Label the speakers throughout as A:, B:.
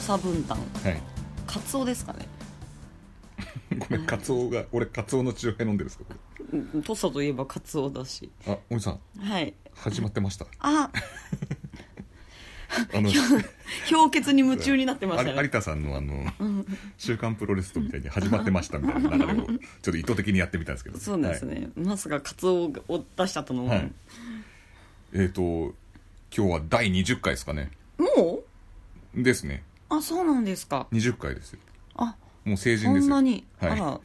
A: さ分担
B: はい
A: カツオですかね
B: ごめんカツオが俺カツオの血を飲んでるんですかこ
A: うん土佐といえばカツオだし
B: れあおじさん
A: はい
B: 始まって ました
A: あ
B: あの
A: 氷結に夢中になってました
B: 有
A: ね
B: 有田さんのあの「週刊プロレス」とみたいに始まってましたみたいな流れをちょっと意図的にやってみたんですけど
A: そうですね、まさかカツオを出しちゃったのも、
B: はい、はいえっ、と今日は第20回ですかね
A: もう
B: ですね
A: あそうなんですか
B: 20回ですよ
A: あ
B: もう成人
A: そ
B: ですよ
A: んなに、
B: はい
A: あら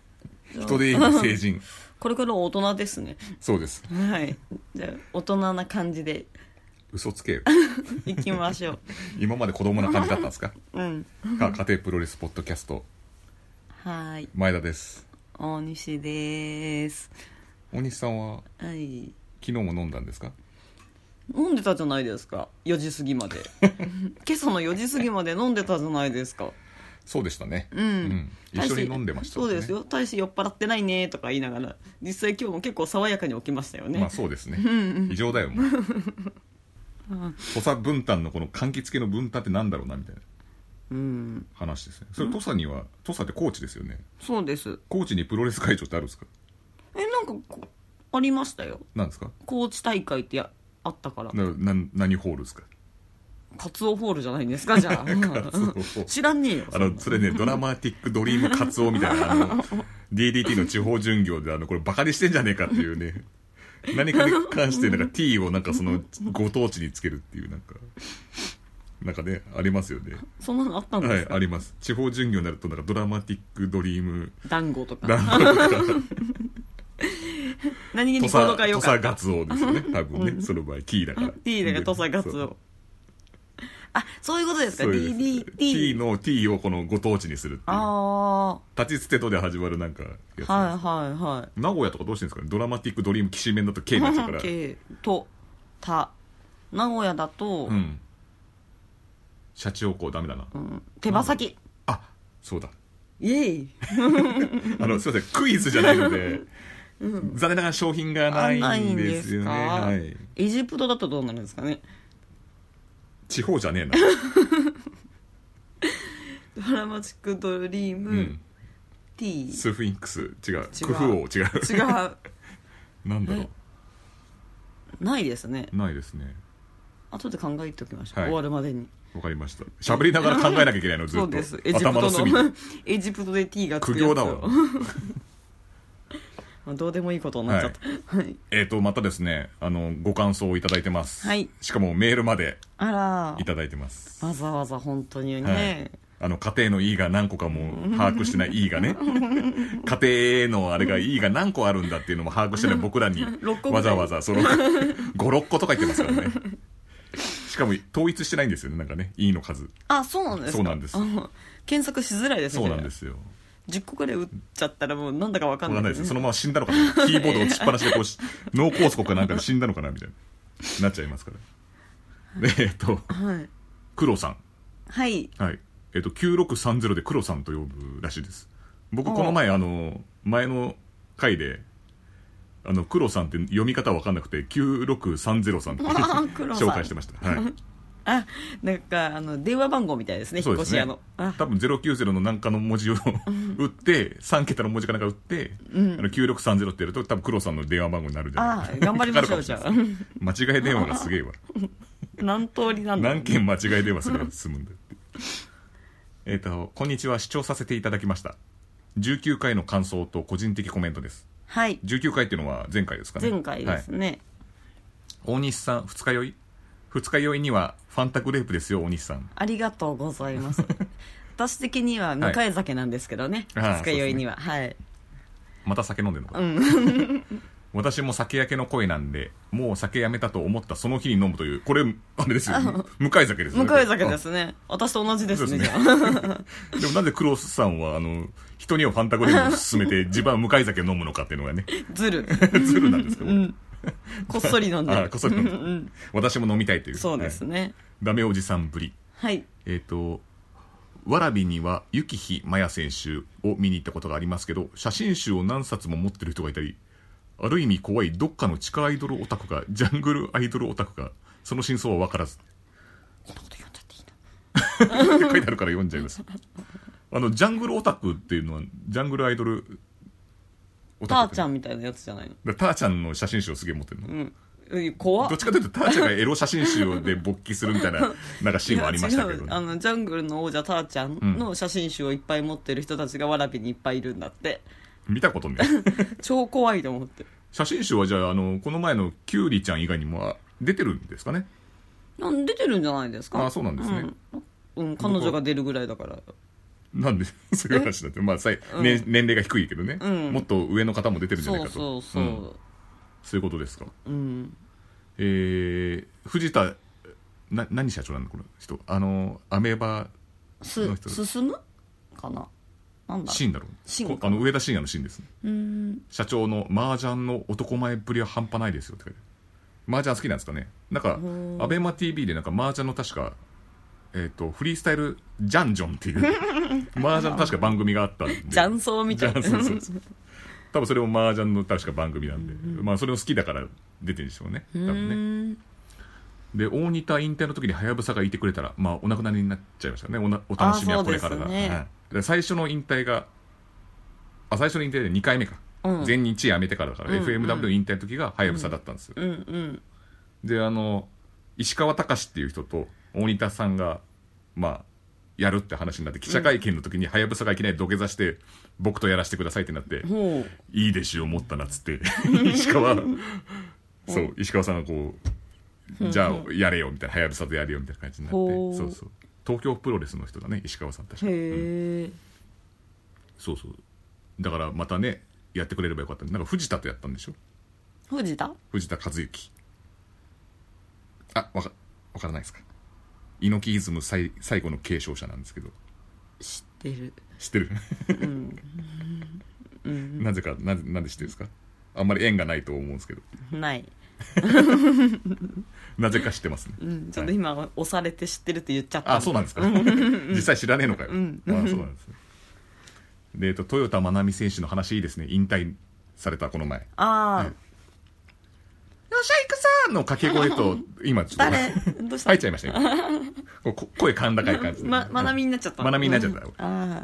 A: じゃあ
B: 人で言えば成 人
A: これから大人ですね
B: そうです
A: はいじゃあ大人な感じで
B: 嘘つけよ
A: いきましょう
B: 今まで子供な感じだったんです か
A: うん
B: か家庭プロレスポッドキャスト
A: はい
B: 前田です
A: 大西です
B: 大西さんは
A: はい
B: 昨日も飲んだんですか
A: 飲んでたじゃないですか4時過ぎ まで今朝の4時過ぎまで飲んでたじゃないですか
B: そうでしたね、
A: うん
B: 一緒に飲んでました
A: そ
B: も
A: うん
B: ね
A: ですよ大して酔っ払ってないねとか言いながら実際今日も結構爽やかに起きましたよね、
B: まあそうですね異常だよもう 土佐分担のこの柑橘系の分担ってなんだろうなみたいな
A: うん
B: 話ですねそれ土佐には土佐って高知ですよね
A: そうです
B: 高知にプロレス会場ってあるんですか
A: えなんかこありましたよ
B: なんですか
A: 高知大会ってやあったから
B: なな何ホールですか
A: カツオホールじゃないんですかじ ゃあ知らんねえよ
B: あのそれねドラマティックドリームカツオみたいなあの DDT の地方巡業であのこれバカにしてんじゃねえかっていうね 何かに関してなんか T をなんかそのご当地につけるっていうなんかなんかねありますよね
A: そんなのあったん
B: は
A: で
B: い
A: す、か、
B: あります。地方巡業になると、なんかドラマティックドリー ム、
A: 団子とか
B: なんとか、
A: 何気
B: 土
A: にこの
B: 佐、
A: かよ
B: 土
A: か
B: 佐
A: った
B: ガツオですよ ね。多分ね、その場合、T だから。
A: いいね土佐ガツ
B: そう。
A: オあそういうことですか
B: そういう T
A: DDT
B: の T をこのご当地にするっていう。
A: あ
B: 立ちつてとで始まるなんかやつです、
A: あはいはいはい
B: 名古屋とかどうしてるんですかねドラマティックドリームきしめんだと K になっちゃ うから。
A: けとた名古屋だと、
B: うん。シャチホコダメだな。
A: うん手羽先
B: あ、そうだ。
A: イエイ
B: あの、すいません、クイズじゃないの で、残念ながら商品がないんですよね。
A: あな
B: はい
A: ん
B: い。
A: エジプトだとどうなるんですかね
B: 地方じゃねえな。
A: ドラマチックドリーム、
B: うん。
A: T
B: スフィンクス違うクフ王違
A: 違
B: う
A: う
B: なんだろ
A: ないです ね
B: うないですね
A: 後で考えておきましょう、
B: はい
A: 終わるまでに
B: わかりました喋りながら考えなきゃいけないのずっ
A: そう
B: と
A: ですエジプト
B: 頭の隅
A: の エジプトで T がつく
B: 苦
A: やつ
B: 行
A: を
B: だ わ
A: まあどうでもいいことになっちゃった、はい、
B: えっとまたですねあのご感想をいただいてます
A: はい
B: しかもメールまで
A: あら
B: いただいてます
A: わざわざ本当に
B: はい
A: ね、
B: あの家庭の E が何個かも把握してない E がね家庭のあれが E が何個あるんだっていうのも把握してない僕らに
A: 六個ぐら
B: わ
A: い
B: ざわざ その56個とか言ってますからねしかも統一してないんですよねなんかね E の数
A: あそうなんですか
B: そうなんです
A: あの検索しづらいですね
B: そうなんですよ
A: 10個ぐらい打っちゃったらもうなんだかわかん
B: わ
A: な
B: か
A: い
B: んないですそのまま死んだのかなキーボード落ちっぱなしでこ うし脳梗塞かなんかで死んだのかなみたいななっちゃいますからでえっと
A: はい、
B: 黒さ
A: はい、
B: んはいえっと9630で黒さんと呼ぶらしいです僕この前あの前の回であの黒さんって読み方わかんなくて9630さんって
A: 黒さん
B: 紹介してました、はい、
A: あなんかあの電話番号みたいですね
B: そう
A: 引っ
B: で
A: 越
B: す
A: し屋
B: ね
A: の、あ
B: 多分090の何かの文字を 打って3桁の文字かなんか打って、あの9630ってやると多分黒さんの電話番号になるんじゃないか
A: あー 頑張りまし ょう
B: かかるかもれないです間違い電話がすげえわ
A: 何通りなんだ
B: 何件間違い電話 すれば済むんだよえっとこんにちは視聴させていただきました19回の感想と個人的コメントです
A: はい
B: 19回っていうのは前回ですかね
A: 前回です
B: はい、
A: ね、
B: 大西さん二日酔い二日酔いにはファンタグレープですよ大西さん
A: ありがとうございます 私的には向かい酒なんですけどね、
B: はいあー
A: 二日酔いには、はい
B: また酒飲んでるのか、
A: うん
B: 私も酒焼けの声なんでもう酒やめたと思ったその日に飲むというこれあれですよ向かい酒ですね
A: 向かい酒ですね私と同じですね
B: そうですね
A: じゃあ
B: あでもなぜクロスさんはあの人にはファンタグレームを勧めて自分は向かい酒を飲むのかっていうの がね
A: ずる
B: ズルなんですけど、
A: こっそり飲んで
B: あ
A: る
B: こっそり飲んで
A: うんうん
B: 私も飲みたいという
A: そうです
B: はい
A: ね
B: ダメおじさんぶり
A: はい
B: えっ、とわらびには雪日まや選手を見に行ったことがありますけど写真集を何冊も持ってる人がいたりある意味怖いどっかの地下アイドルオタクかジャングルアイドルオタクかその真相は分からず
A: こんなこと言っちゃっていいの
B: って書いてあるから読んじゃいます。あの、ジャングルオタクっていうのは、ジャングルアイドルオ
A: ターち
B: ん。
A: ゃんみたいなやつじゃないの
B: だからターちゃんの写真集をすげえ持ってるの。
A: うんえ怖っ
B: どっちかというとターちゃんがエロ写真集で勃起するみたい な、なんかシーンもありましたけ
A: いや
B: ど、
A: 違うあのジャングルの王者ターちゃんの写真集をいっぱい持ってる人たちがわらびにいっぱいいるんだって
B: 見たことね。
A: 超怖いと思って
B: 写真集はじゃあ、あの、この前のキュウリちゃん以外にもあ出てるんですかね。
A: なん出てるんじゃないですか
B: あそうなんですね
A: うん、うん彼女が出るぐらいだから
B: なんで、そういう話だって。まあ、さい年年齢が低いけどね、
A: うん
B: もっと上の方も出てるんじゃな
A: そ
B: いうかと。
A: そうそ
B: ん
A: う
B: そういうことですか。
A: うん、
B: えー、藤田、な、何社長なんだ、この人。あの、アメーバその人
A: す進むかななんだ
B: シーンだろ
A: シン
B: こあの、上田晋也のシーンですね。
A: うーん
B: 社長の麻雀の男前っぷりは半端ないですよって書いてある麻雀好きなんですかねなんか
A: ん
B: アベマ t v でなんか麻雀の確かえっ、とフリースタイルジャンジョンっていう 麻雀の確か番組があったんで
A: 雀荘みたいな
B: 雀荘 そうそう多分それも麻雀の確か番組なんで、まあそれを好きだから出てるんでしょうね多
A: う
B: 分ね
A: ーん
B: で大仁田引退の時にはやぶさがいてくれたらまあお亡くなりになっちゃいましたねおなお楽しみはこれから
A: あ
B: だ、
A: そうですね
B: はいで最初の引退があ最初の引退で2回目か、
A: うん
B: 全日辞めてからだから、
A: うんうん
B: FMW の引退の時がはやぶさだったんですよ、
A: うんうん
B: であの石川隆っていう人と大仁田さんがまあやるって話になって記者会見の時にはやぶさがいきなり土下座して僕とやらせてくださいってなって、
A: ほう
B: いい弟子を持ったなっつって 石川そう石川さんがこうじゃあやれよみたいなはやぶさでやれよみたいな感じになって
A: ほう
B: そうそう東京プロレスの人だね石川さん確か、うん
A: へえ、
B: そうそうだからまたねやってくれればよかったなんか藤田とやったんでしょ
A: 藤田
B: 藤田和幸あわかわからないですか猪木イズム最最後の継承者なんですけど
A: 知ってる
B: 知ってる、なぜかなぜなんで知ってるんですかあんまり縁がないと思うんですけど
A: ない、
B: なぜか知ってますね、
A: うん、ちょっ
B: は
A: と
B: い
A: 今押されて知ってるって言っちゃった
B: あそうなんですか 実際知らねえのかよ、あそうなんですねで、えっと、豊田真奈美選手の話いいですね引退されたこの前よ
A: ああ
B: っしゃいくさーの掛け声と 今ちょっ
A: 誰
B: と
A: どうした
B: 入っちゃいましたよここ声甲高い感じで
A: ま、まなみになっちゃった
B: まなみになっちゃった
A: うんああ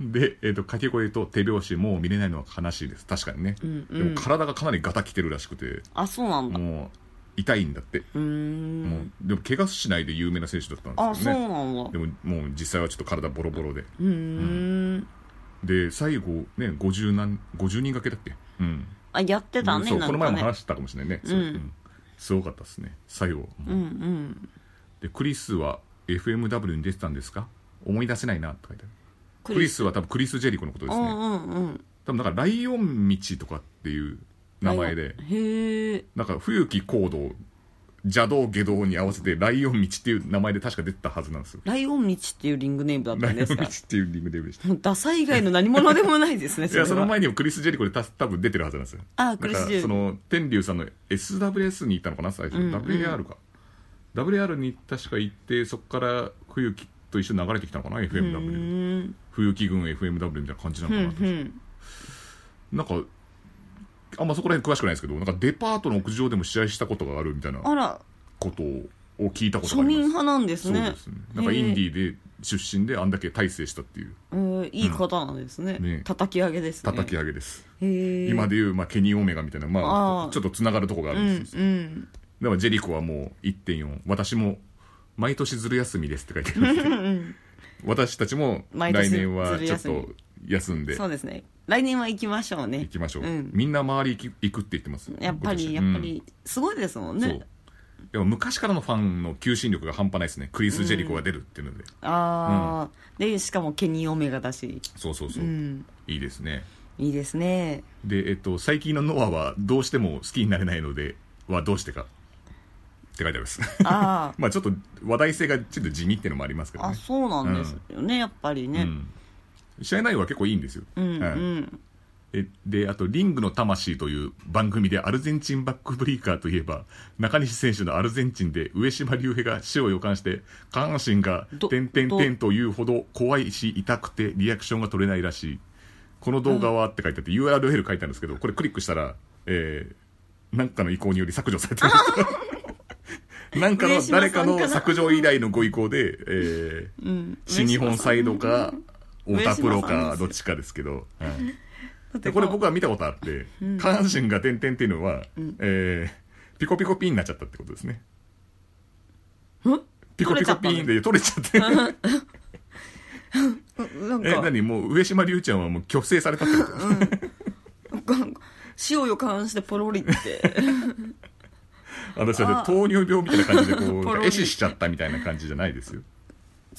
B: で、えっと掛け声と手拍子もう見れないのは悲しいです確かにね、
A: んうん
B: でも体がかなりガタきてるらしくて
A: あそうなんだう
B: もう痛いんだって、
A: ーん
B: もうでも怪我しないで有名な選手だったん
A: あ
B: です
A: そ
B: よ
A: う
B: ね
A: なんだ
B: でももう実際はちょっと体ボロボロで
A: うーん
B: で最後ね50何50人掛けだっけうん
A: あやってたね
B: そう
A: な
B: この
A: ん
B: 前
A: か
B: も
A: ね
B: 話したかもしれないね、
A: うん
B: そううんすごかったですね最後、
A: うんうん
B: でクリスは FMW に出てたんですか思い出せないなって書いてある
A: ク
B: クリスは多分クリス・ジェリコのことで
A: う
B: す
A: ん
B: ね
A: うんうん
B: 多分だからライオン道とかっていう名前で
A: へえ
B: なんか冬木行動邪道下道に合わせてライオン道っていう名前で確か出てたはずなんですよ
A: ライオン道っていうリングネームだった
B: ラ
A: ん
B: イオ
A: で
B: ン道
A: す
B: っ
A: か
B: ていうリングデビューでした
A: もうダサい以外の何者でもないですね
B: いやその
A: は
B: 前にもクリス・ジェリコでた多分出てるはずなんですよ
A: あクリ
B: だ
A: ス・
B: か
A: ジ
B: ら
A: ェ
B: そ
A: ル
B: の天竜さんの SWS に行ったのかな最初、
A: うんうん
B: WAR か WAR に確か行ってそこから冬木と一緒に流れてきたのかな
A: う
B: FMW
A: ーん
B: 冬木軍 FMW みたいな感じな
A: ふ
B: のか
A: ん
B: なと、
A: ふん
B: なんかあんまそこら辺詳しくないですけどなんかデパートの屋上でも試合したことがあるみたいな
A: あら
B: ことを聞いたことが
A: 庶
B: あり
A: 民
B: ます
A: 派なんです
B: そう
A: ね
B: ですねなんかインディーで出身であんだけ大成したっていう
A: えーいい方なんですね,、
B: ね
A: 叩き上げですね
B: 叩き上げです、
A: へえ
B: 今でいう、まあ、ケニー・オメガみたいな、まあ、
A: あー
B: ちょっとつながるとこがあ
A: う
B: るんですよ、
A: んうん
B: だからジェリコはもう1.4私も毎年ずる休みですって書いてあります私たちも来
A: 毎年
B: 年はちょっ
A: ずる
B: と
A: 休
B: 休んで
A: そうですね来年は行きましょうね
B: 行きましょう、
A: ん
B: みんな周り行き行くって言ってます
A: やっぱりや
B: 今
A: っ
B: 年
A: ぱりすごいですもん
B: うん
A: ね、
B: そうでも昔からのファンの求心力が半端ないですねクリス・ジェリコが出るっていうので、
A: ああ、でしかもケニー・オメガだし
B: そうそうそう、
A: うん
B: いいですね
A: いいです ね
B: でえっと最近のノアはどうしても好きになれないのではどうしてかって書いてあります
A: あ
B: まあちょっと話題性がちょっと地味っていうのもありますけ
A: あ
B: ど
A: あ
B: ね
A: そうなんですよね、やっぱり
B: う
A: ね
B: ん、試合内容は結構いいんですよ、
A: うんうん、
B: はいえであと「リングの魂」という番組でアルゼンチンバックブリーカーといえば中西選手のアルゼンチンで上島竜兵が死を予感して下半身が「
A: ど
B: てんてんてん」というほど怖いし痛くてリアクションが取れないらしいこの動画はって書いてあって URL 書いてあるんです けどこれクリックしたら、えーなんかの意向により削除されてましたなんかの
A: 上、島さ
B: 誰
A: んか
B: か
A: な
B: の削除以来のご意向で、えー
A: うん
B: 新日本サイドか、
A: 上島
B: 太田
A: さん
B: プロ
A: 上島さんで
B: か、
A: す
B: どっちかですけど。はい
A: だっ
B: で
A: て
B: これ僕は見たことあって、下半身が点々っていうのは、えーピコピコピンになっちゃったってことですね。ピコピコピンで取れちゃって。
A: うなん
B: え、
A: か
B: 何もう上島竜ちゃんはもう虚勢されたってこと、
A: 死を予感してポロリって
B: 私は糖尿病みたいな感じでこう、
A: ポロリ
B: 壊死しちゃったみたいな感じじゃないですよ。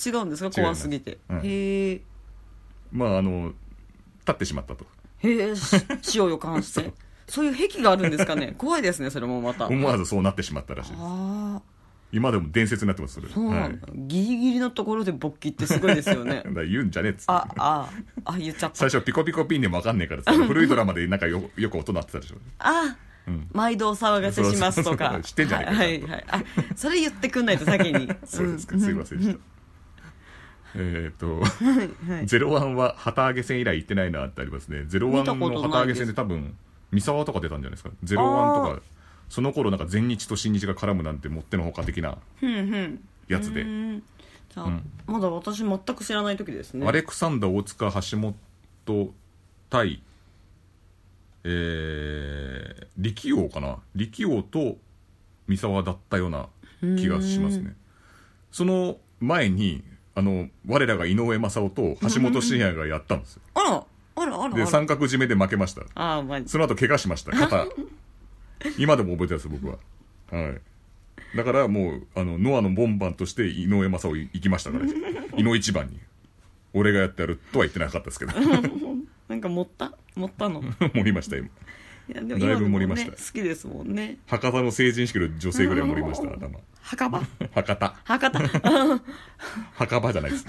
A: 違うんですか
B: 違いま
A: 怖
B: す
A: すぎて、
B: うん
A: へえ
B: まあ、あの、立ってしまったと。
A: へえし死を予感し
B: そ
A: て
B: う
A: そういう癖があるんですかね怖いですねそれもまたあ
B: 思わずそうなってしまったらしいです。
A: あ
B: 今でも伝説になってます、それ。
A: ーそう
B: は。
A: ないん
B: だ
A: だ、ギリギリのところで勃起ってすごいですよ ね
B: から言うんじゃねえっつって。
A: ああああ言っちゃった
B: 最初ピコピコピンでもわかんねえからさ、古いドラマでなんかよよく音鳴ってたでしょ。
A: あ、毎度お騒がせしますと
B: そうそうそ
A: か
B: うしてんじゃねえか
A: はいはいはいあそれ言ってくんないと先に
B: そうですか、すいません でした。えっと、
A: はい
B: ゼロワンは旗揚げ戦以来行ってないなってありますね。ゼロワン
A: 見たこと
B: の旗
A: な
B: 揚
A: い
B: げ
A: です
B: 戦で多分、三沢とか出たんじゃないですか。ゼロワンと
A: あ
B: か、その頃なんか全日と新日が絡むなんてもってのほか的なやつで。
A: うんじゃあ、まだ私全く知らない時ですね
B: アレクサンダー大塚橋本対えー、力王かな力王と三沢だったような気がしますねその前にあの我らが井上正雄と橋本真也がやったんですよ
A: あらあらあら
B: で
A: あら
B: 三角締めで負けました
A: ああまあ
B: その後怪我しました肩今でも覚えてます僕ははいだからもうあのノアの門番として井上正雄行きましたから井の一番に俺がやってやるとは言ってなかったですけど
A: なんか盛った盛ったのい
B: 盛りました今
A: やでも今
B: だいぶ
A: でも
B: 盛りま
A: ね
B: した
A: 好きですもんね
B: 博多の成人式の女性ぐらい盛りました頭
A: 墓場
B: 博多
A: 博 多
B: 墓場じゃないです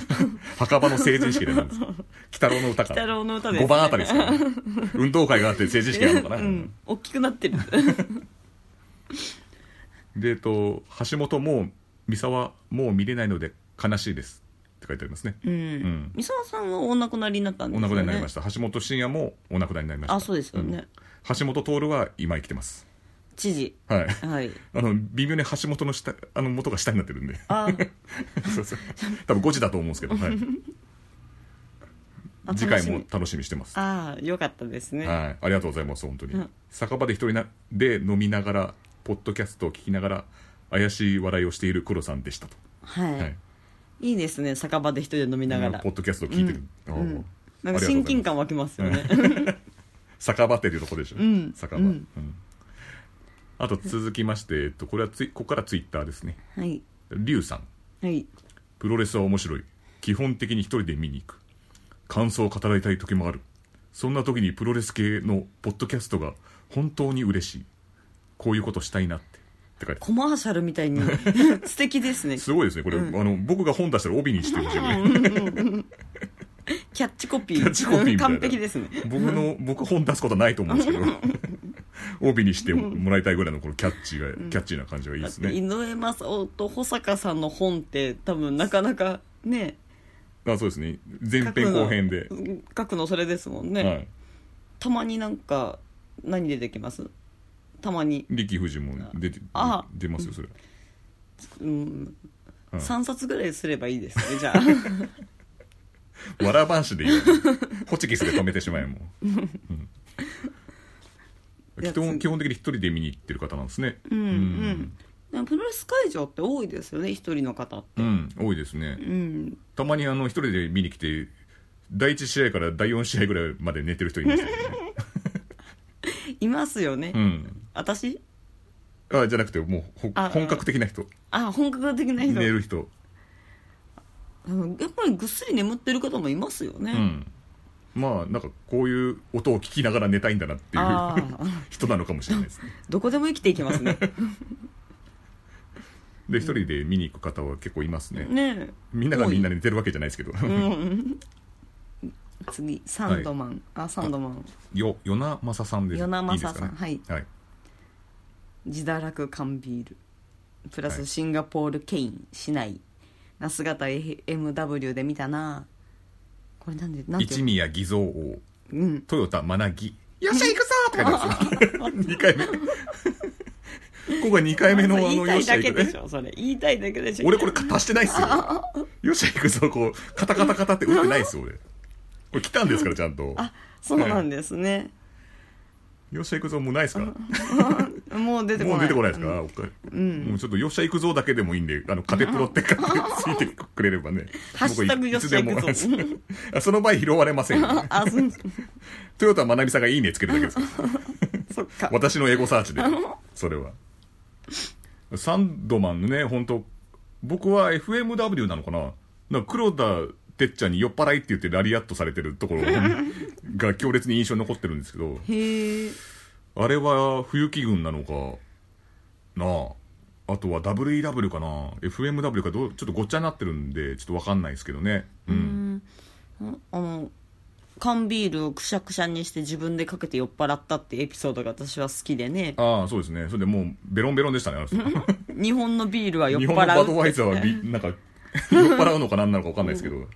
B: 墓場の成人式でなんです鬼太郎の歌か
A: 北郎の歌ですね
B: 5番あたりですから、 運動会があって成人式やるのかな、
A: うん大きくな ってる
B: で、えっと、橋本も三沢もう見れないので悲しいですって書いてありますね、
A: うん三沢さんはお亡くなりになったんで
B: お
A: すよ
B: 亡
A: ね
B: くなりになりました、橋本真也もお亡くなりになりました
A: あそうですよね、
B: うん橋本徹は今生きてます
A: 知事
B: はい
A: はい
B: あの微妙に橋本の下あの元が下になってるんで
A: あ
B: そうそう多分5時だと思うんですけど、 はい、
A: あ
B: 次回
A: 楽し
B: も
A: み
B: 楽しみにしてますは
A: ああよかったですね、
B: いありがとうございます本当に、
A: うん
B: 酒場で一人なで飲みながらポッドキャストを聞きながら怪しい笑いをしている黒さんでしたと、
A: はい、
B: はい
A: い、いですね酒場で一人で飲みながら、
B: ポッドキャストを聞いてる、ああ
A: うんなんか親近感湧きますよね、
B: 酒場っていうとこでしょ、
A: ん
B: 酒場、
A: うん
B: うんあと続きまして、えっと、これはツイここからツイッターですね
A: はい
B: リュウさん
A: はい
B: プロレスは面白い基本的に一人で見に行く感想を語りたい時もあるそんな時にプロレス系のポッドキャストが本当に嬉しいこういうことしたいなってって書いてあ
A: コマーシャルみたい に素敵ですね
B: るすごいですねこれ、あの僕が本出したら帯にしてほしいぐらい
A: キャッチコピー
B: キャッチコピーみたいな
A: 完璧ですね
B: 僕の僕本出すことはないと思うんですけど帯にしてもらいたいぐらいのこのキャッチが、キャッチーな感じがいいですね
A: 井上正雄と保坂さんの本って多分なかなかね
B: あそうですね前
A: 書く
B: 編
A: の
B: 後編で、
A: 書くのそれですもんね、
B: はい、
A: たまになんか何出てきますたまに、
B: 力富士も出て
A: あ
B: 出ますよそれ
A: うん
B: うん
A: 3冊ぐらいすればいいですねじ ゃあ
B: わらばんしで言うのホチキスで止めてしまえもう、うん、
A: いや
B: 基本
A: 次
B: 基本的に一人で見に行ってる方なんですね
A: うんうんでもプロレス会場って多いですよね一人の方って
B: うん、多いですね
A: うん
B: たまにあの一人で見に来て第1試合から第4試合ぐらいまで寝てる人いましたよね
A: いますよね、
B: うん
A: 私
B: あじゃなくてもうほ
A: あ
B: 本格的な人
A: あ本格的な人
B: 寝る人
A: あのやっぱりぐっすり眠ってる方もいますよね、
B: うんまあなんかこういう音を聞きながら寝たいんだなっていう
A: ああ
B: 人なのかもしれないですね
A: どこでも生きていけ ますね
B: で一人で見に行く方は結構いますね
A: ねえ
B: みんながみんな寝てるわけじゃないですけど
A: 次サンドマン、あサンドマン
B: よ与那正さんです
A: 与那正さん
B: いいですかねはい、
A: 自堕落缶ビールプラ
B: は
A: ス
B: い
A: シンガポールケイン市内那須型 MW で見たなこれなんでなんて
B: 一宮偽造王
A: うん
B: トヨタマナギよっしゃ行くぞとかですよ二回目ここが2回目のあ
A: 言い
B: の、
A: た
B: よ
A: い
B: っしゃ
A: だ
B: 行
A: け
B: く
A: で
B: ね
A: し。ょそれ言いたいだけでしょ
B: 俺これ足してないっ すよ。よっしゃ行くぞ、こう、カタカタカタって打ってないっすよ、俺。これ来たんですから、ちゃんと。
A: あそうなんですね、
B: よっしゃ行くぞ、もうないっすかも
A: もう出てこないう
B: 出てこないですか、おっか
A: うん
B: もうちょっとよっしゃ行くぞだけでもいいんで、あの、カテプロって買ってついてくれればね。
A: ハッシュタグ
B: 僕いつでも
A: よっしゃ行く
B: あその場合拾われませんよ。
A: ああそう
B: トヨタまなみさんがいいねつけるだけですから。
A: そっか
B: 私のエゴサーチで。それは。サンドマンのね、本当僕は FMW なのかななんか黒田てっちゃんに酔っ払いって言ってラリアットされてるところが強烈に印象に残ってるんですけど、
A: へえ
B: あれは冬木軍なのかなああとは WEW かな FMW かどうちょっとごっちゃになってるんでちょっとわかんないですけどねう
A: うんんあの缶ビールをくしゃくしゃにして自分でかけて酔っ払ったってエピソードが私は好きでね
B: ああそうですねそれでもうベロンベロンでしたねあの人
A: 日本のビールは酔っ
B: 日本のバド
A: 払う
B: ワイザーはびなんか酔っ払うのかなんなのかわかんないですけども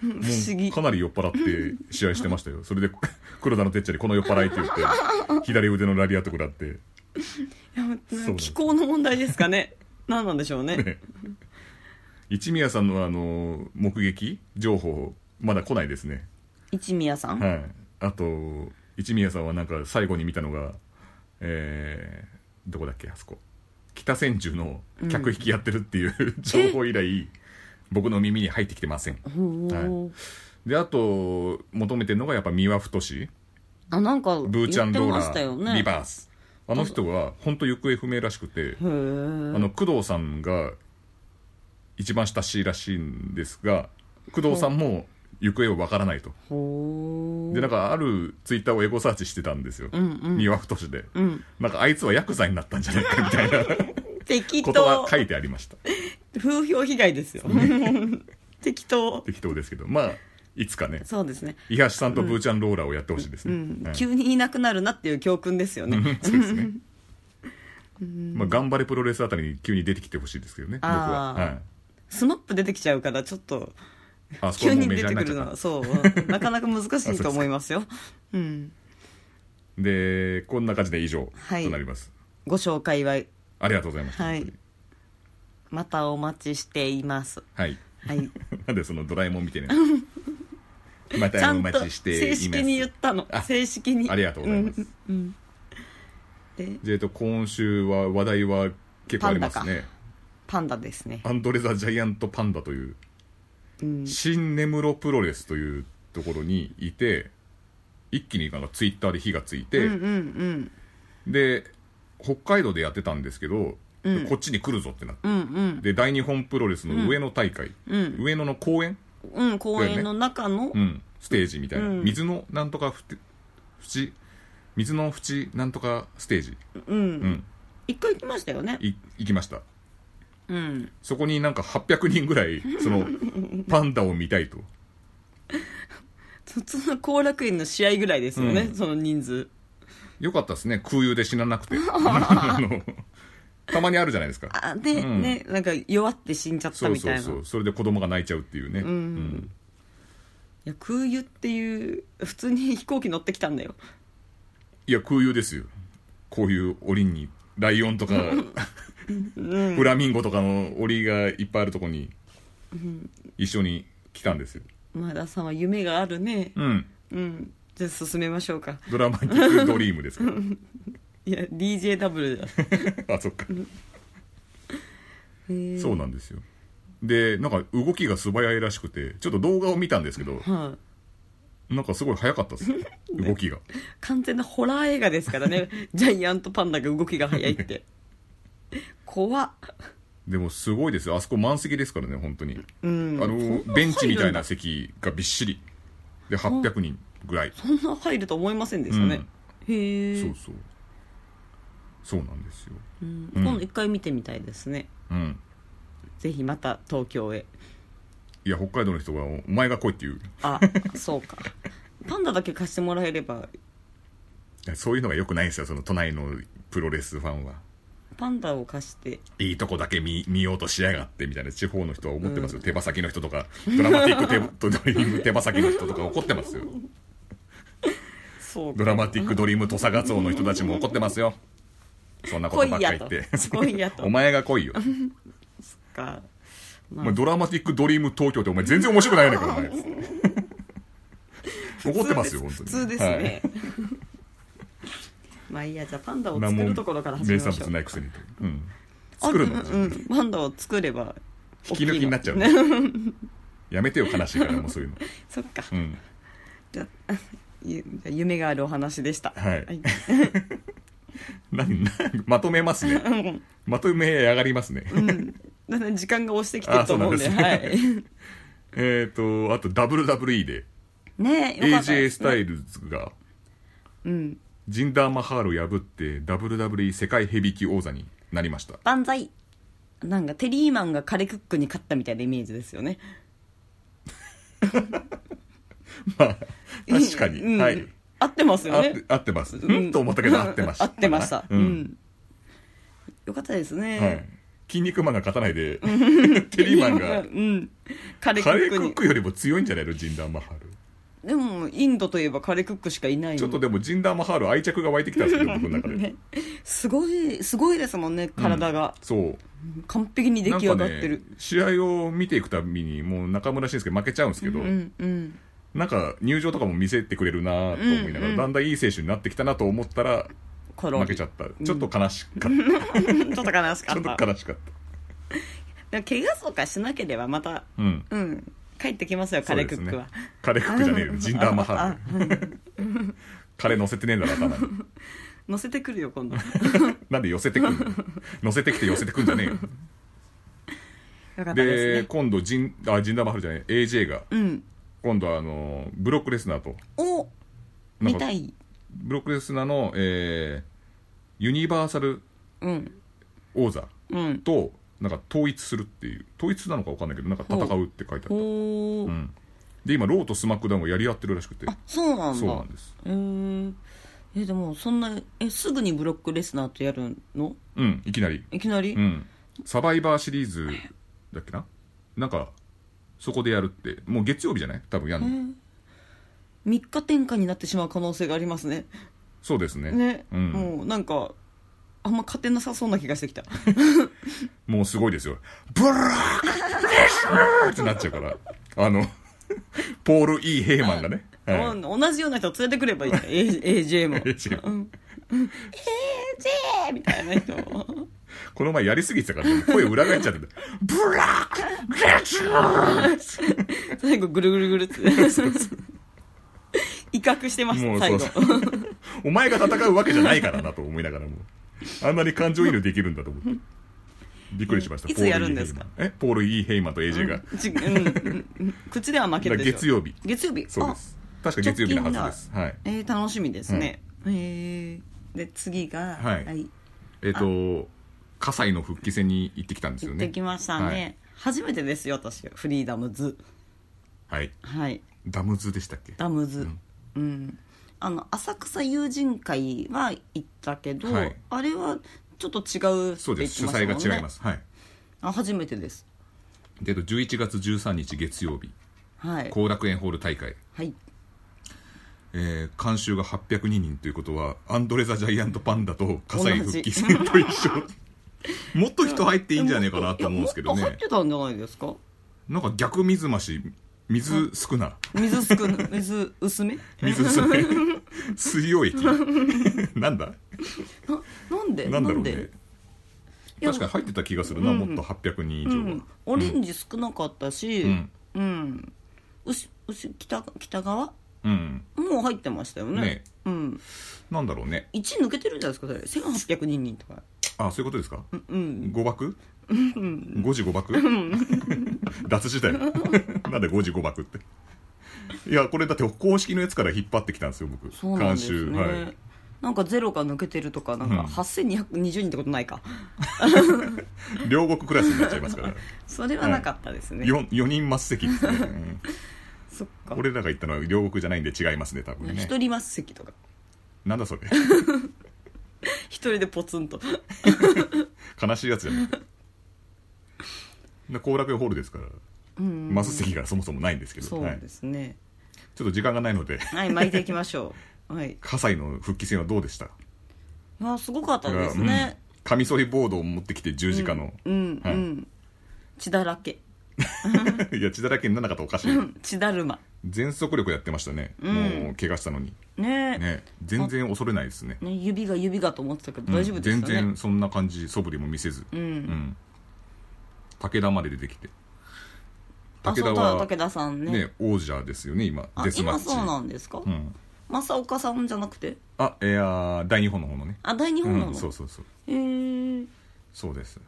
A: 不思議
B: うかなり酔っ払って試合してましたよそれで 黒田のてっちゃんにこの酔っ払いって言 って左腕のラリアット食らって
A: いや
B: うなんです
A: 気候の問題ですかね何なんでしょうね
B: ね一宮さんのあの目撃情報まだ来ないですね
A: 一宮さん、
B: はい、あと一宮さんはなんか最後に見たのがえー、どこだっけあそこ北千住の客引きやってるっていう、 情報以来僕の耳に入ってきてません
A: ほう
B: はであと求めてるのがやっぱ三輪太志
A: あなんか
B: ブーちゃ
A: 言
B: ん
A: って
B: ドー
A: ま
B: ラ
A: したよ
B: ー、
A: ね
B: リバースあの人は本当行方不明らしくて、
A: へ
B: あ
A: ー
B: の工藤さんが一番親しいらしいんですが工藤さんも行方をわからないと
A: ほう
B: でなんかあるツイッターをエゴサーチしてたんですよ、
A: うんうん
B: 庭太志で、
A: うん
B: なんかあいつはヤクザになったんじゃないかみたいな
A: 適
B: こと
A: 当
B: は書いてありました
A: 風評被害ですよ 適当
B: 適当ですけどまあいつかね
A: そうですね
B: 伊橋さんとブーちゃんローラーをやってほしいです
A: う
B: ね、
A: ん、
B: はい
A: 急にいなくなるなっていう教訓ですよね、
B: そうですねまあ、頑張れプロレスあたりに急に出てきてほしいですけどね僕は、
A: あー
B: はい、
A: スマップ出てきちゃうからちょっと
B: あそこ
A: 急
B: はもう
A: に
B: メ
A: 出
B: ジャー
A: て
B: にな
A: く
B: っちゃ
A: る
B: った
A: のはそうなかなか難しいと思いますよ、うん、
B: でこんな感じで以上
A: はい
B: となります、
A: ご紹介は
B: ありがとうございました、
A: はいまたお待ちしています
B: はい、
A: はい
B: なんでそのドラえもんみたいな ま
A: ちゃ
B: たお
A: んと
B: 待ちしてい
A: 正
B: ます
A: 式に言ったの
B: あ
A: 正式に
B: ありがとうございます、
A: うんうんで
B: でえっと今週は話題は結構ありますね
A: パンダですね
B: アンドレ・ザ・ジャイアント・パンダという、
A: うん
B: 新根室プロレスというところにいて一気になんかツイッターで火がついて、
A: うんうん
B: で北海道でやってたんですけど、こっちに来るぞってなって、
A: うんうん
B: で大日本プロレスの上野大会、
A: うん
B: 上野の公園、
A: うんうん公園の中の、
B: うん、ステージみたいな、
A: うん
B: 水のなんとかふて縁水の縁なんとかステージ、
A: う
B: うんん、
A: 一回行きましたよね
B: い行きました
A: うん
B: そこになんか800人ぐらいそのパンダを見たいと
A: 普通の後楽園の試合ぐらいですよね、
B: うん
A: その人数
B: よかったですね空輸で死 ななくてあのたまにあるじゃないですか
A: あで、
B: うん
A: ねなんか弱って死んじゃった
B: そう
A: みたい
B: そ
A: な
B: うそうそれで子供が泣いちゃうっていうね、うん
A: いや空輸っていう普通に飛行機乗ってきたんだよ
B: いや空輸ですよこういう檻にライオンとか、フラミンゴとかの檻がいっぱいあるとこに一緒に来たんですよ、
A: 前田さんは夢があるね
B: うん、
A: うんじゃあ進めましょうか
B: ドラマティックドリームですか
A: いや DJW だ
B: ら あそっか
A: へー
B: そうなんですよでなんか動きが素早いらしくてちょっと動画を見たんですけど
A: はい、
B: なんかすごい早かっ たですよ動きが
A: 完全なホラー映画ですから ねジャイアントパンダが動きが速いって怖っ
B: でもすごいですよあそこ満席ですからね本当に、
A: うん
B: あのベンチみたいな
A: そ
B: 席がびっしりで800人ぐらい、
A: んな入ると思いませんでしたね、へえ
B: そうそうそうなんですよ
A: うん
B: うん
A: 今度一回見てみたいですね、
B: うん
A: ぜひまた東京へ
B: いや北海道の人がお「お前が来い」っていう
A: あそうかパンダだけ貸してもらえれば
B: いやそういうのがよくないんですよその都内のプロレスファンは
A: パンダを貸して
B: いいとこだけ見見ようとしやがってみたいな地方の人は思ってますよ、手羽先の人とかドラマティックテドリーム手 羽先の人とか怒ってますよ
A: そう
B: ド
A: か
B: ラマティックドリーム土佐ガツオの人たちも怒ってますよそんなことばっか言って
A: 来いやと
B: お前が来いよ
A: か
B: お前ドラマティックドリーム東京ってお前全然面白くないやないかお 前怒ってますよ本当
A: 普
B: に
A: 通です
B: は
A: ね
B: い、
A: まあいいやじゃあパンダを
B: 何
A: 作
B: も
A: るところから始め
B: 名
A: まし
B: 産
A: ょ
B: 物
A: う
B: ないくせにと、うん、作るの
A: あうん、うん、パンダを作れば
B: 引き抜きになっちゃう、
A: 大きいの
B: やめてよ悲しいからもうそういうの
A: そっか
B: うん
A: じゃあ ゆじゃあ夢があるお話でした
B: はい何何まとめますねまとめやがりますね、
A: だんだん時間が押してきてると思うんで
B: あそう
A: は
B: なん
A: い
B: でえっとあと WWE で
A: ねえよかった
B: AJ スタ
A: ル
B: イルズが
A: うん
B: ジンダーマハールを破って WWE 世界ヘビー級王座になりま した
A: 万歳なんかテリーマンがカレクックに勝ったみたいなイメージですよね
B: まあ確かに、
A: うん
B: はい
A: 合ってます
B: 合
A: よね
B: って合ってます、
A: う
B: うん、と思ったけど合ってました
A: 合ってました、う
B: うんん
A: よかったですね、
B: はい、筋肉マンが勝たないでテリーマンが
A: うんカレク
B: カレ
A: ッ
B: ー
A: ク
B: クッ
A: に
B: クよりも強いんじゃないのジンダーマハール
A: でもインドといえばカレクックしかいないの
B: ちょっとでもジンダーマハール愛着が湧いてきたん ですけど僕の中で、
A: ねすごいすごいですもんね体が、
B: そう
A: 完璧に出来上がって
B: な
A: る
B: んかね、試合を見ていくたびにもう中村俊輔負けちゃうんですけど、
A: うんうん
B: なんか入場とかも見せてくれるなと思いながら、
A: うんうん
B: だんだんいい選手になってきたなと思ったら
A: コロリ
B: 負けちゃった、
A: ん
B: ちょっと悲しかっ
A: ちょっと悲しか
B: た
A: っ
B: ちょったと悲しかっ
A: でも怪我とかしなければまた
B: たうん
A: うん帰ってきますよカレクックは、
B: そうですね、カレークックじゃ ねえよジンダーマハ
A: あ
B: ールカレー乗せてねえんだろ頭に
A: 乗せてくるよ 今度
B: なんで寄せてくんの乗せてきて寄せてくんじ ゃねえよ
A: よかった
B: で
A: ですね
B: 今度ジンあジンダーマハルじゃない AJ が
A: うん
B: 今度はあのブロックレスナーと
A: お
B: な
A: 見
B: んか
A: たい
B: ブロックレスナーの、えーユニバーサル
A: うん
B: 王座
A: うん
B: となんか統一するっていう統一なのか分かんないけどなんか戦うって書いてあっ
A: おお、
B: た、うん、で今ローとスマックダウンをやり合ってるらしくて
A: あそうなんだ
B: そうなんです
A: えー、えでもそんなえすぐにブロックレスナーとやるの
B: うんいきなり
A: いきなり、
B: うん、サバイバーシリーズだっけななんかそこでやるってもう月曜日じゃない多分やんの、
A: 三3日転換になってしまう可能性がありますね
B: そうですね
A: ね、
B: うん、も
A: もうなんかあんま勝てなさそうな気がしてきた
B: うすごいですよブラーッ ってなっちゃうからあの ポール・イー・ヘイマンがね、は
A: もう同じような人連れてくればいい A- AJ も
B: AJ
A: うん AJ みたいな人
B: い、この前やりすぎてたから、ね、声裏返っちゃっててブラックレッツ
A: 最後ぐるぐるぐる って威嚇してまし
B: も
A: た
B: うそ
A: 最
B: う
A: 後
B: そう お前が戦うわけじゃないからなと思いながらもあんなに感情移入できるんだと思ってびっくりしました
A: いつやるんですか
B: ポールイーヘイマンえポール・イー・ヘイマンと AJ が、
A: ちうんうん口では負け
B: だか
A: るでし
B: ら
A: ょ
B: 月曜日
A: 月曜日
B: そうです確か月曜日のはずですはい
A: あえー、楽しみですね、えー、で次が
B: はいえっ、と葛西の復帰戦に行ってきたんです
A: 行
B: よ
A: っ
B: ね
A: てきましたね、
B: はい
A: 初めてですよ私フリーダムズ
B: はい
A: はい
B: ダムズでしたっけ
A: ダムズ
B: ん
A: うん、あの浅草友人会は行ったけど、
B: はい
A: あれはちょっと違うって
B: そう
A: 言
B: で
A: っ
B: す
A: て
B: 主
A: ましたもんね
B: 催が違いますはい
A: あ初めてです
B: でえっと11月13日月曜日
A: はい
B: 後楽園ホール大会
A: はい
B: えー、監修が802人ということはアンドレ・ザ・ジャイアント・パンダと葛西復帰戦と一緒もっと人入っていいんじゃねえかなと思うんですけど
A: いやも
B: ね
A: っと入ってたんじゃないですか
B: なんか逆水増し水少な
A: 水少な水薄め
B: 水少 ない水溶液 なんだ
A: ななんで
B: なんだろうね
A: でいや
B: 確かに入ってた気がするな、もっと800人以上は、
A: うんオレンジ少なかったし
B: ん
A: うん、牛牛北北側
B: うん
A: もう入ってましたよね
B: ね
A: うん
B: なんだろうね
A: 1抜けてるんじゃないですかそれ1800人人とか
B: あそういうことですか、
A: うん
B: 誤爆5時誤爆脱し たよなんで5時誤爆っていやこれだって公式のやつから引っ張ってきたんですよ僕
A: そうなんですね、
B: はい
A: なんかゼロが抜けてるとかなんか
B: うん
A: 8220人ってことないか、
B: 両国クラスになっちゃいますから、
A: それはなかったですね、
B: 四 4, 人 末席ですね、うん
A: そっか
B: 俺らが言ったのは両国じゃないんで違いますね多分ね
A: 一人末席とか
B: なんだそれ
A: 一人でポツン と
B: 悲しいやつじゃない後楽園ホールですから
A: うん
B: マス席がそもそもないんですけど、
A: そう
B: はい、
A: ですね
B: ちょっと時間がないので
A: はい巻いていきましょうはい
B: 葛西の復帰戦はどうでした
A: いやすごかった
B: だから
A: ですね、
B: うんカミソリボードを持ってきて十字架の、
A: うん、うん
B: はい
A: 血だらけ
B: いや血だらけにならなかったらおかしい、
A: 血だるま
B: 全速力やってましたね、
A: ん
B: もう怪我したのに
A: ねね
B: ね全然恐れないですね
A: 指が指がと思ってたけど大丈夫で
B: う
A: し
B: ん
A: た
B: 全
A: ね、
B: 然そんな感じ素振りも見せず
A: うん
B: うん武田まで出てきて
A: あ
B: 武田
A: そうだ
B: は
A: 武田さんね
B: ね王者ですよね今
A: あ
B: デスマ
A: 今
B: ッチ
A: そうなんですか、
B: うん
A: 正岡さんじゃなくて
B: あいやー第2本の方のね
A: あ第二本なの、
B: うんそうそうそう
A: へえ
B: そうです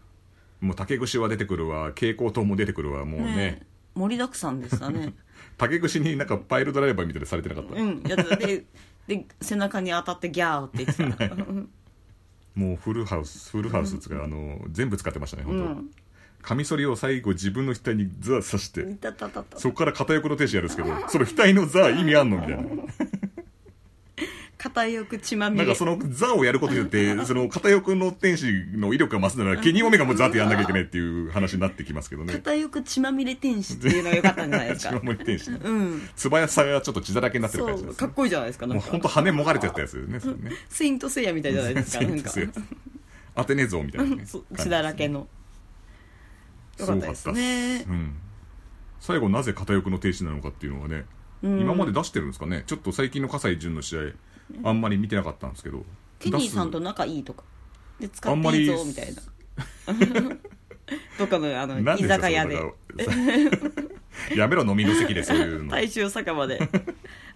B: もう竹串は出てくるわ蛍光灯も出てくるわもうね
A: ね盛りだくさんでした ね
B: 竹串になんかパイルドライバーみたいでされてなかった、
A: うんやつでで背中に当たってギャーって言って た、
B: もうフルハウスフルハウスですから、あの全部使ってましたね
A: う
B: 本当、
A: ん、
B: カミソリを最後自分の額にザー刺して、
A: いたたたた
B: そこから片横の手シアですけどその額のザー意味あんのみたいな
A: 片翼血まみ
B: な
A: れ
B: んかその座をやることによって、その片横の天使の威力が増すなら、ケニーオメガもザってやんなきゃいけないっていう話になってきますけどね。
A: 片翼血まみれ天使っていうのが良かったんじゃないです
B: 白
A: か
B: 森天使ね。
A: うん
B: 素早さがちょっと血だらけになってる
A: そ
B: 感じで
A: う
B: す
A: か
B: ね
A: っ。こいいじゃないですかな
B: もうん
A: か
B: 本当羽もがれちゃったやつですね。それね
A: セイントセイヤみたいじゃないですかなんか
B: セイントセイヤ当てねえぞみたいなね。
A: そう
B: 感じですね
A: 血だらけ。のよかったですね
B: すごかったっすうん最後なぜ片翼の天使なのかっていうのはね、
A: うん
B: 今まで出してるんですかね。ちょっと最近の葛西潤の試合、あんまり見てなかったんですけど。
A: ケニーさんと
B: 出
A: 仲いいとかで使っていい
B: あ
A: ぞ
B: んまり
A: みたいなどっかのあ
B: すな
A: の
B: ん
A: 居
B: で
A: 酒屋で
B: それだからやめろ飲みの席でそういうの。
A: 大衆酒場で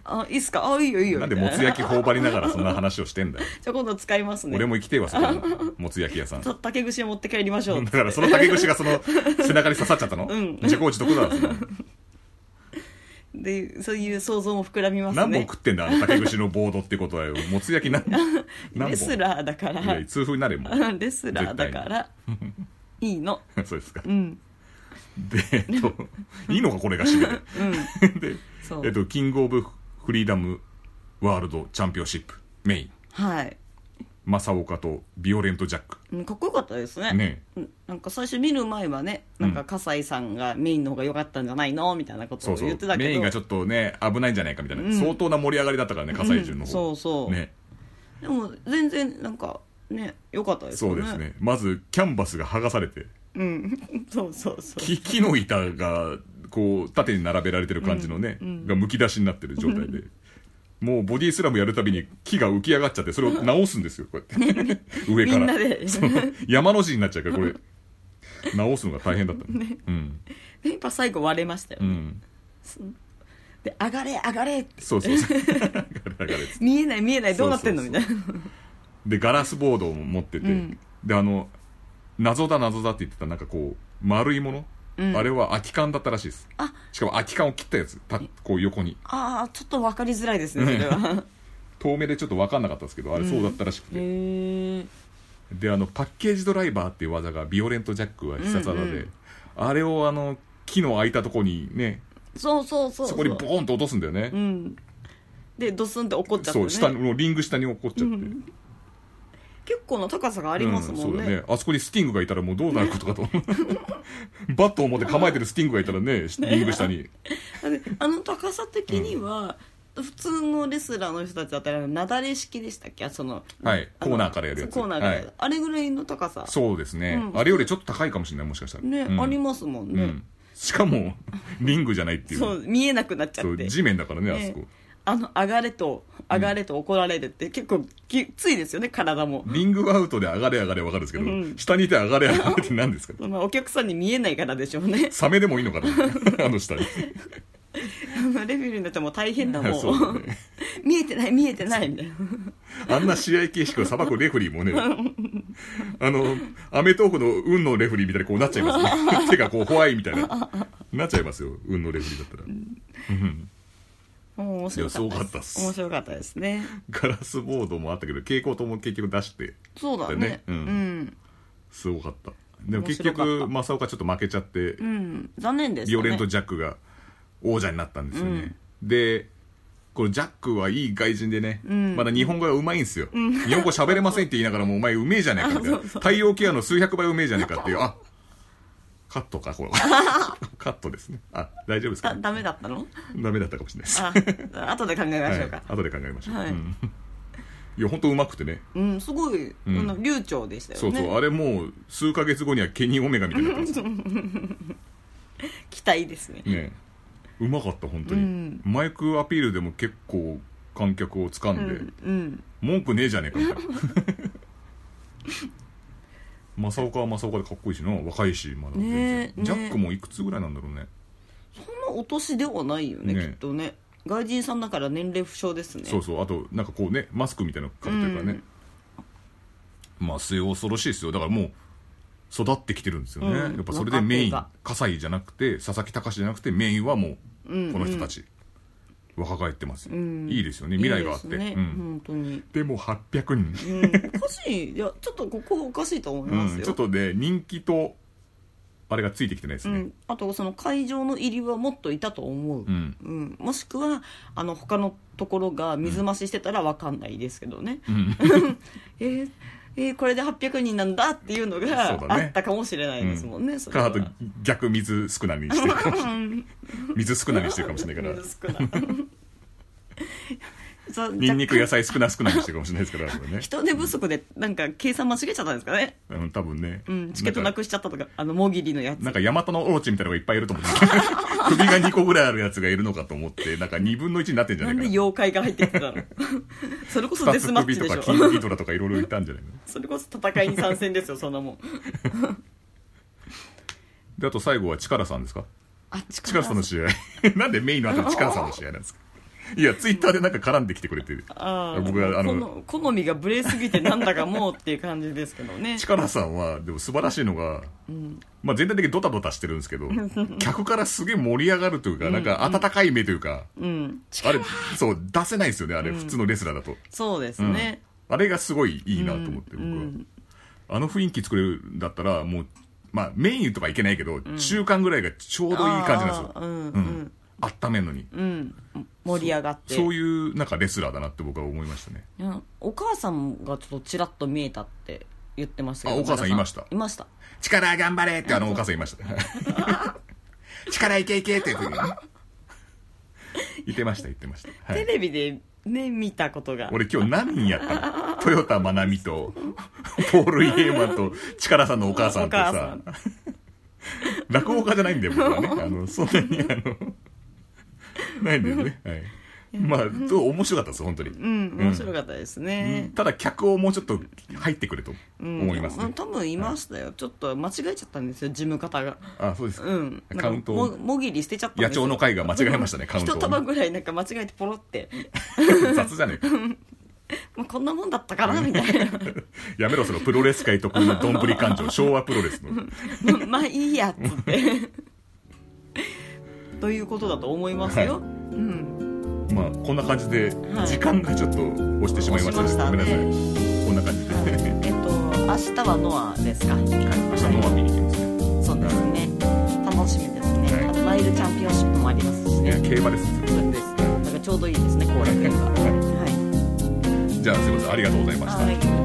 A: あいいっすかあいいよいいよ
B: なんで
A: み
B: も
A: たい
B: つ
A: な
B: 焼き頬張りながらそんな話をしてんだよ。
A: じゃあ今度使います ね
B: 俺も行きてえわ、そこに。もつ焼き屋さん。
A: た
B: だ
A: 竹串を持って帰りましょう
B: からその竹串がその背中に刺さっちゃったの
A: うん
B: じゃあコーチどこだその
A: でそういう想像も膨らみますね
B: 何本食ってんだあの竹串のボードってことはよ。もつ焼き何 本
A: レ
B: 何
A: ス
B: 本
A: ラーだから
B: いや、痛風になれもう
A: レスラーだからいいの
B: そう ですか。
A: うん
B: で、えっ と、いいのかこれが締めで。
A: そう、
B: えっと、キングオブフリーダムワールドチャンピオンシップメイン。
A: はい
B: 正岡とビオレントジャック。
A: うんかっこよかったですね
B: ね
A: うんなんか最初見る前はねなんか葛西さんがメインの方が良かったんじゃないのみたいなこと
B: そ
A: を
B: うそう
A: 言ってたけど
B: メインがちょっとね危ないんじゃないかみたいな、相当な盛り上がりだったからね葛西潤の方、
A: うんそうそう
B: ね
A: でも全然なんかね良かったです
B: そ
A: よ
B: う
A: ね
B: ですねまずキャンバスが剥がされて
A: うん そうそうそう
B: 木木の板がこう縦に並べられてる感じのね、がむき出しになってる状態で、もうボディスラムやるたびに木が浮き上がっちゃってそれを直すんですよこうやって、上
A: み
B: か
A: ん
B: ら
A: なで
B: そう 山の字になっちゃうからこれ直すのが大変だったねうん
A: やっぱ最後割れましたよ、
B: うん
A: で上がれ上がれって
B: そうそ うそうだからだから
A: 見えない見えないどうなってんの
B: そう
A: みた
B: そう
A: いな
B: でガラスボードを持ってて、
A: ん
B: であの謎だ謎だって言ってたなんかこう丸いもの、あれは空き缶だったらしいです
A: あ
B: しかも空き缶を切ったやつたこう横に
A: ああちょっと分かりづらいですねそれは
B: 遠目でちょっと分かんなかったですけどあれそうだったらしく
A: へ
B: て、
A: え
B: であのパッケージドライバーっていう技がビオレントジャックは必殺技で、
A: うんうん
B: あれをあの木の空いたとこにね
A: そうそうそうう
B: そこにボコンと落とすんだよね
A: うんでドスンって怒っちゃって、
B: そ
A: ね、
B: う下のリング下に落っこっちゃって、
A: 結構な高さがありますも
B: うんん
A: ね,、
B: そうだねあそこにスティングがいたらもうどうなることかと バットを持って構えてるスティングがいたらねリング下に
A: だってあの高さ的には、普通のレスラーの人たちだったらなだれ式でしたっけその
B: はい
A: あの
B: コーナーからやるやつ
A: そうコーナーからやる、
B: はい
A: あれぐらいの高さ
B: そうですね、
A: うん
B: あれよりちょっと高いかもしれないもしかしたら
A: ね、
B: うん
A: ありますもんね、
B: うんしかも リングじゃないっていう
A: そう見えなくなっちゃ
B: そ
A: っ
B: う
A: て
B: 地面だからねあそこ、
A: ねあの上がれと上がれと怒られるって結構きついですよね体も、
B: リングアウトで上がれ上がれわかるんですけど、
A: うん
B: 下にいて上がれ上がれって 何ですか
A: まあ、お客さんに見えないからでしょうね
B: サメでもいいのかな あの下に
A: レベルになってもう大変だも
B: そうだね
A: 見えてない見えてないみた いな
B: あんな試合形式を裁くレフェリーもね、あの、アメトークの運のレフェリーみたいにこうなっちゃいます ね。てか、こう、ホワイみたいな。なっちゃいますよ、運のレフェリーだったら。うん
A: もう面白かった
B: いやすごかったっす
A: 面白かったですね
B: ガラスボードもあったけど、蛍光灯も結局出して、
A: そうだね
B: だね
A: う
B: うんん、すごかった。でも結
A: 面白か
B: 局、
A: った
B: 正岡ちょっと負けちゃって
A: う、ん、残念です
B: ビ
A: よ
B: オ
A: ね
B: レント・ジャックが王者になったんですよね。で、このジャックはいい外人でね、まだ日本語がうまいんですよ。日本語喋れませんって言いながらも、お前うめえじゃねえかみた いな。太陽ケアの数百倍うめえじゃねえかっていう、あカットか、これ。カットですね。あ、大丈夫ですか、
A: あダメだったの
B: ダメだったかもしれないです。
A: あ後で考えましょうか、
B: はい後で考えましょう。
A: はい
B: うんいや本当うまくてね
A: うんすごい、
B: うん
A: あの流暢でしたよね
B: そうそう、あれもう数ヶ月後にはケニー・オメガみたいになって ます
A: 期待ですね
B: ねうまかった本当に、
A: うん
B: マイクアピールでも結構観客を掴
A: うん
B: で、
A: ん、うん、
B: 文句ねえじゃねえかみたいな 正岡は正岡でかっこいいしな若いしまだ全然、
A: ねえ
B: ジャックもいくつぐらいなんだろうね
A: そんなお年ではないよね
B: ね
A: きっとね外人さんだから年齢不詳ですね
B: そうそうあとなんかこうねマスクみたいなのかぶってるからね、まあ末恐ろしいですよだからもう育ってきてるんですよね、
A: うん
B: やっぱそれでメイン
A: 若手が
B: 葛西じゃなくて佐々木隆じゃなくてメインはもうこの人たち、若返ってます、
A: ん
B: いいですよね未来があって
A: いいですね、
B: うん
A: 本当に、
B: でも800人
A: うん、おかしいいやちょっとここおかしいと思いますよ、
B: うん、ちょっとね人気とあれがついてきてないです
A: う
B: ね、
A: ん、あとその会場の入りはもっといたと思う、う
B: うんん
A: もしくはあの他のところが水増ししてたらわかんないですけどね、
B: ん
A: えーえーこれで800人なんだっていうのが
B: そうだ
A: あ
B: ね
A: ったかもしれないですもんね、それ
B: か
A: は
B: あと逆水少なにしてる かもしれない水少なにしてるかもしれないから
A: 水少ない そう
B: ニンニク
A: 若干
B: 野菜少な少なにしてるかもしれないですからこれね、
A: 人手不足でなんか計算間違えちゃったんですかね、
B: うん、多分ね、
A: うん、チケットなくしちゃったとかあのもぎりのやつ
B: なんかヤマトのオロチみたいなのがいっぱいいると思って首が2個ぐらいあるやつがいるのかと思ってなんか2分の1になってんじゃ
A: な
B: ない
A: ん
B: か
A: で
B: な
A: 妖怪が入ってきたの それこそデスマッチで
B: と
A: し
B: か
A: ょ
B: キングギドラとかいろいろいたんじゃないの
A: それこそ戦いに参戦ですよそんなもん
B: であと最後はチカラさんですか
A: あ
B: チカ
A: 力
B: ラさん の試合なんでメインの後にチカラさんの試合なんですかいやツイッターでなんか絡んできてくれてる
A: ああ
B: 僕はあの
A: この好みがブレすぎてなんだかもうっていう感じですけどね
B: 力さんはでも素晴らしいのが、まあ、全体的にドタドタしてるんですけど 客からすげえ盛り上がるというか、なんか温かい目というか、
A: うん
B: あれそう出せないですよねあれ、普通のレスラーだと、
A: そうです
B: うん
A: ね、
B: あれがすごいいいなと思って、
A: う
B: 僕は
A: ん
B: あの雰囲気作れるんだったらもう、まあ、メインとかいけないけど、中間ぐらいがちょうどいい感じなんです
A: あ
B: よ、
A: ーうん
B: うん温めんのに、
A: うん、盛り上がって
B: そういうなんかレスラーだなって僕は思いましたね
A: うんお母さんがちょっとちらっと見えたって言ってましたけど
B: あお母さんいました
A: いました
B: 力頑張れってあのお母さんいました 力いけいけっていうふうにね言ってました言ってました、は
A: テ
B: い、
A: レビでね見たことが
B: 俺今日何人やったの豊田真奈美とポール・イエーマンと力さんのお母さんと
A: お
B: さ
A: 母さ
B: 落語家じゃないんだよ僕はねあのそんなにあのないんだよね、はい、まあと面白かったです本当に、
A: うん面白かったですね、
B: ただ客をもうちょっと入ってくれと
A: うん
B: 思いますね、
A: うん多分いましたよ、ちょっと間違えちゃったんですよ事務方が
B: あそうですか、
A: うんなんか
B: カウント
A: も
B: を
A: もぎり捨てちゃったん
B: 野
A: ですよ
B: 鳥の会が間違えましたねカウントを
A: 一束ぐらいなんか間違えてポロって、
B: 雑じゃねえか
A: まあ、こんなもんだったかなみたいな
B: やめろそのプロレス界特有のどんぶり感情昭和プロレスの
A: ままあいいやっつって ということだと思いますよ、
B: はい
A: うん
B: まあこんな感じで
A: い
B: 時間がちょっと押してしまいました,、
A: 押しました
B: ごめ
A: ね
B: んなさいこんな感じで、
A: はいえっと明日はノアですか
B: 明日ノア見に行きますね
A: そうですね楽しみですね、
B: はい
A: あとマイルチャンピオンシップもありますし
B: い
A: ね
B: や競馬で
A: そ
B: す
A: うですなんかちょうどいいですね後楽園が
B: はいじゃあすいませんありがとうございました
A: はいはい